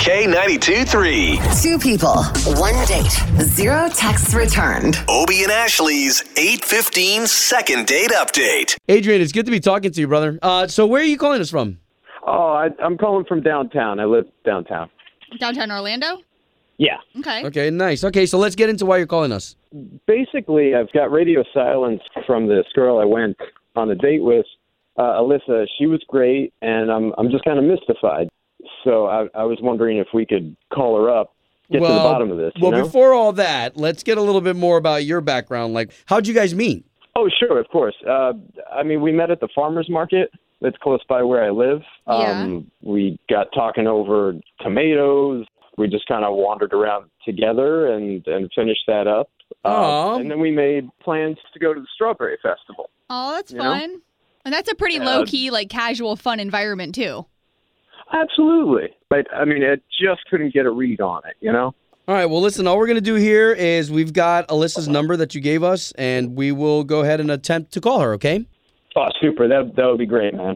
K92 3. Two people, one date, zero texts returned. Obie and Ashley's 815 second date update. Adrian, it's good to be talking to you, brother. Uh, so where are you calling us from? Oh, I, I'm calling from downtown. I live downtown. Downtown Orlando? Yeah. Okay. Okay, nice. Okay, so let's get into why you're calling us. Basically, I've got radio silence from this girl I went on a date with, uh, Alyssa. She was great, and I'm I'm just kind of mystified. So I, I was wondering if we could call her up, get to the bottom of this. you Well, know? before all that, let's get a little bit more about your background. Like, how'd you guys meet? Oh, sure, of course. Uh, I mean, we met at the farmers market that's close by where I live. Um, we got talking over tomatoes. We just kind of wandered around together and, and finished that up. Aw. Um, and then we made plans to go to the Strawberry Festival. Oh, that's You know? fun. And that's a pretty Yeah. low key, like casual, fun environment too. Absolutely. But, I mean, I just couldn't get a read on it, you know? All right, well, listen, all we're going to do here is we've got Alyssa's number that you gave us, and we will go ahead and attempt to call her, okay? Oh, super. That, that would be great, man.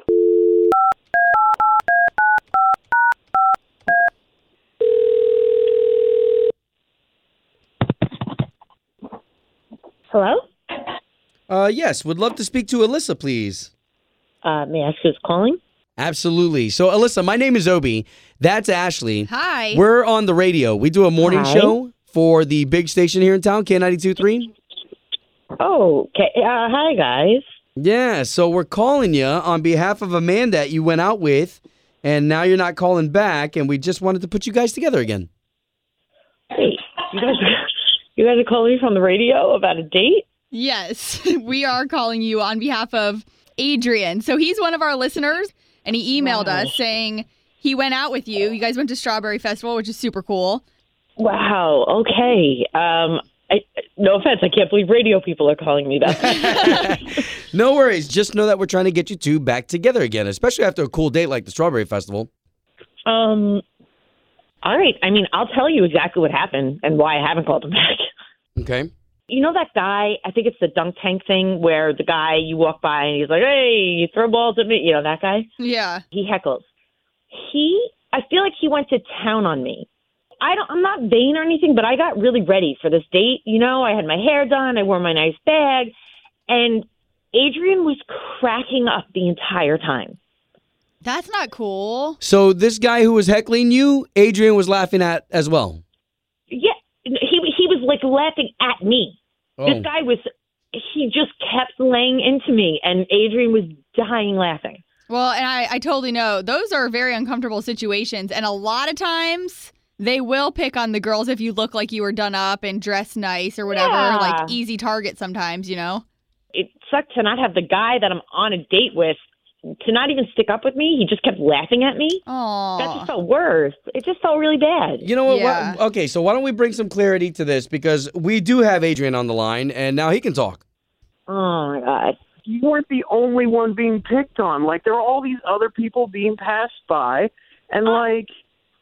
Hello? Uh, yes, would love to speak to Alyssa, please. Uh, may I ask who's calling? Absolutely. So, Alyssa, my name is Obi. That's Ashley. Hi. We're on the radio. We do a morning Hi. show for the big station here in town, K92.3. Oh, okay. Uh, hi, guys. Yeah, so we're calling you on behalf of a man that you went out with, and now you're not calling back, and we just wanted to put you guys together again. Wait, you guys, you guys are calling me from the radio about a date? yes, we are calling you on behalf of Adrian. So he's one of our listeners, and he emailed Wow. us saying he went out with you. You guys went to Strawberry Festival, which is super cool. Wow. Okay. Um, I, no offense. I can't believe radio people are calling me that. No worries. Just know that we're trying to get you two back together again, especially after a cool date like the Strawberry Festival. um, all right. I mean, I'll tell you exactly what happened and why I haven't called him back. Okay. You know that guy? I think it's the dunk tank thing where the guy you walk by and he's like, "Hey, you throw balls at me." You know that guy? Yeah. he heckles. He, I feel like he went to town on me. I don't, I'm not vain or anything, but I got really ready for this date. You know, I had my hair done, I wore my nice bag, and Adrian was cracking up the entire time. That's not cool. So this guy who was heckling you, Adrian was laughing at as well. Yeah, he he was like laughing at me. This guy was, he just kept laying into me, and Adrian was dying laughing. Well, and I, I totally know those are very uncomfortable situations. And a lot of times they will pick on the girls if you look like you were done up and dressed nice or whatever, Yeah. like easy target sometimes, you know? It sucked to not have the guy that I'm on a date with to not even stick up with me. He just kept laughing at me. Oh. That just felt worse. It just felt really bad. You know what? why- Yeah. okay, so why don't we bring some clarity to this because we do have Adrian on the line, and now he can talk. Oh my god. You weren't the only one being picked on. Like, there were all these other people being passed by. And, like,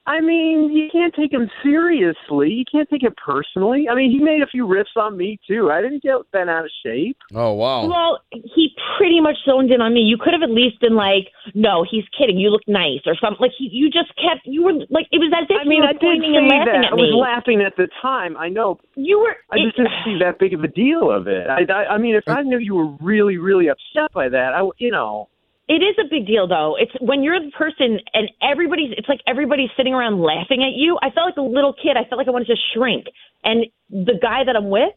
I mean, you can't take him seriously. You can't take it personally. I mean, he made a few riffs on me, too. I didn't get bent out of shape. Oh wow. Well, he pretty much zoned in on me. You could have at least been like, "No, he's kidding. You look nice," or something. Like he, you just kept. You were like, it was as if I mean, you were I did pointing and say laughing that. at I me. was laughing at the time. I know. you were. I it- just didn't see that big of a deal of it. I, I, I mean, if I knew you were really, really upset by that, I, w- you know. it is a big deal, though. It's when you're the person and everybody's. It's like everybody's sitting around laughing at you. I felt like a little kid. I felt like I wanted to shrink. And the guy that I'm with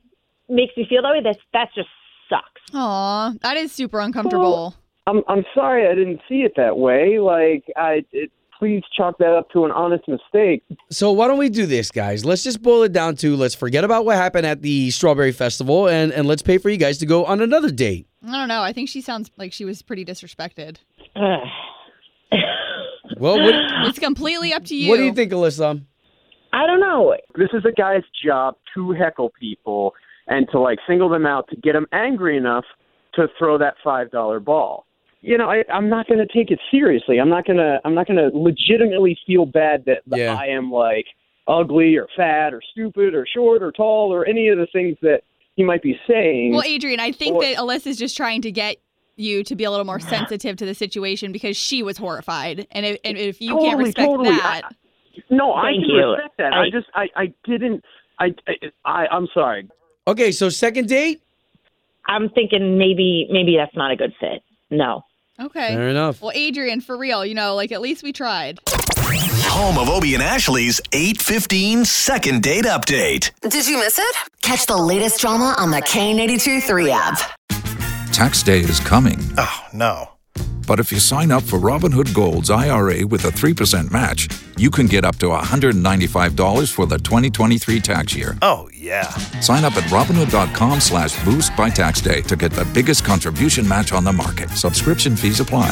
makes me feel that way. That's that just sucks. Aw, that is super uncomfortable. I'm I'm sorry I didn't see it that way. Like I, it, please chalk that up to an honest mistake. So why don't we do this, guys? Let's just boil it down to let's forget about what happened at the Strawberry Festival, and and let's pay for you guys to go on another date. I don't know. I think she sounds like she was pretty disrespected. Ugh. Well, what, It's completely up to you. what do you think, Alyssa? I don't know. this is a guy's job to heckle people and to like single them out to get them angry enough to throw that five dollar ball you know I, i'm not going to take it seriously i'm not going to i'm not going to legitimately feel bad that that Yeah. i am like ugly or fat or stupid or short or tall or any of the things that he might be saying Well, Adrian, I think Or- that Alyssa's just trying to get you to be a little more sensitive to the situation because she was horrified, and if, and if you can't Totally, respect totally. that, I- no i Thank can you. respect that i, I- just i i didn't I, I i'm sorry Okay, so second date. I'm thinking maybe maybe that's not a good fit. No. okay. Fair enough. Well, Adrian, for real, you know, like at least we tried. Home of Obie and Ashley's 815 second date update. Did you miss it? Catch the latest drama on the K82 3 app. Tax day is coming, Oh, no. but if you sign up for Robinhood Gold's IRA with a 3% match, you can get up to $195 for the 2023 tax year. Oh, yeah. Sign up at Robinhood.com slash boost by tax day to get the biggest contribution match on the market. Subscription fees apply.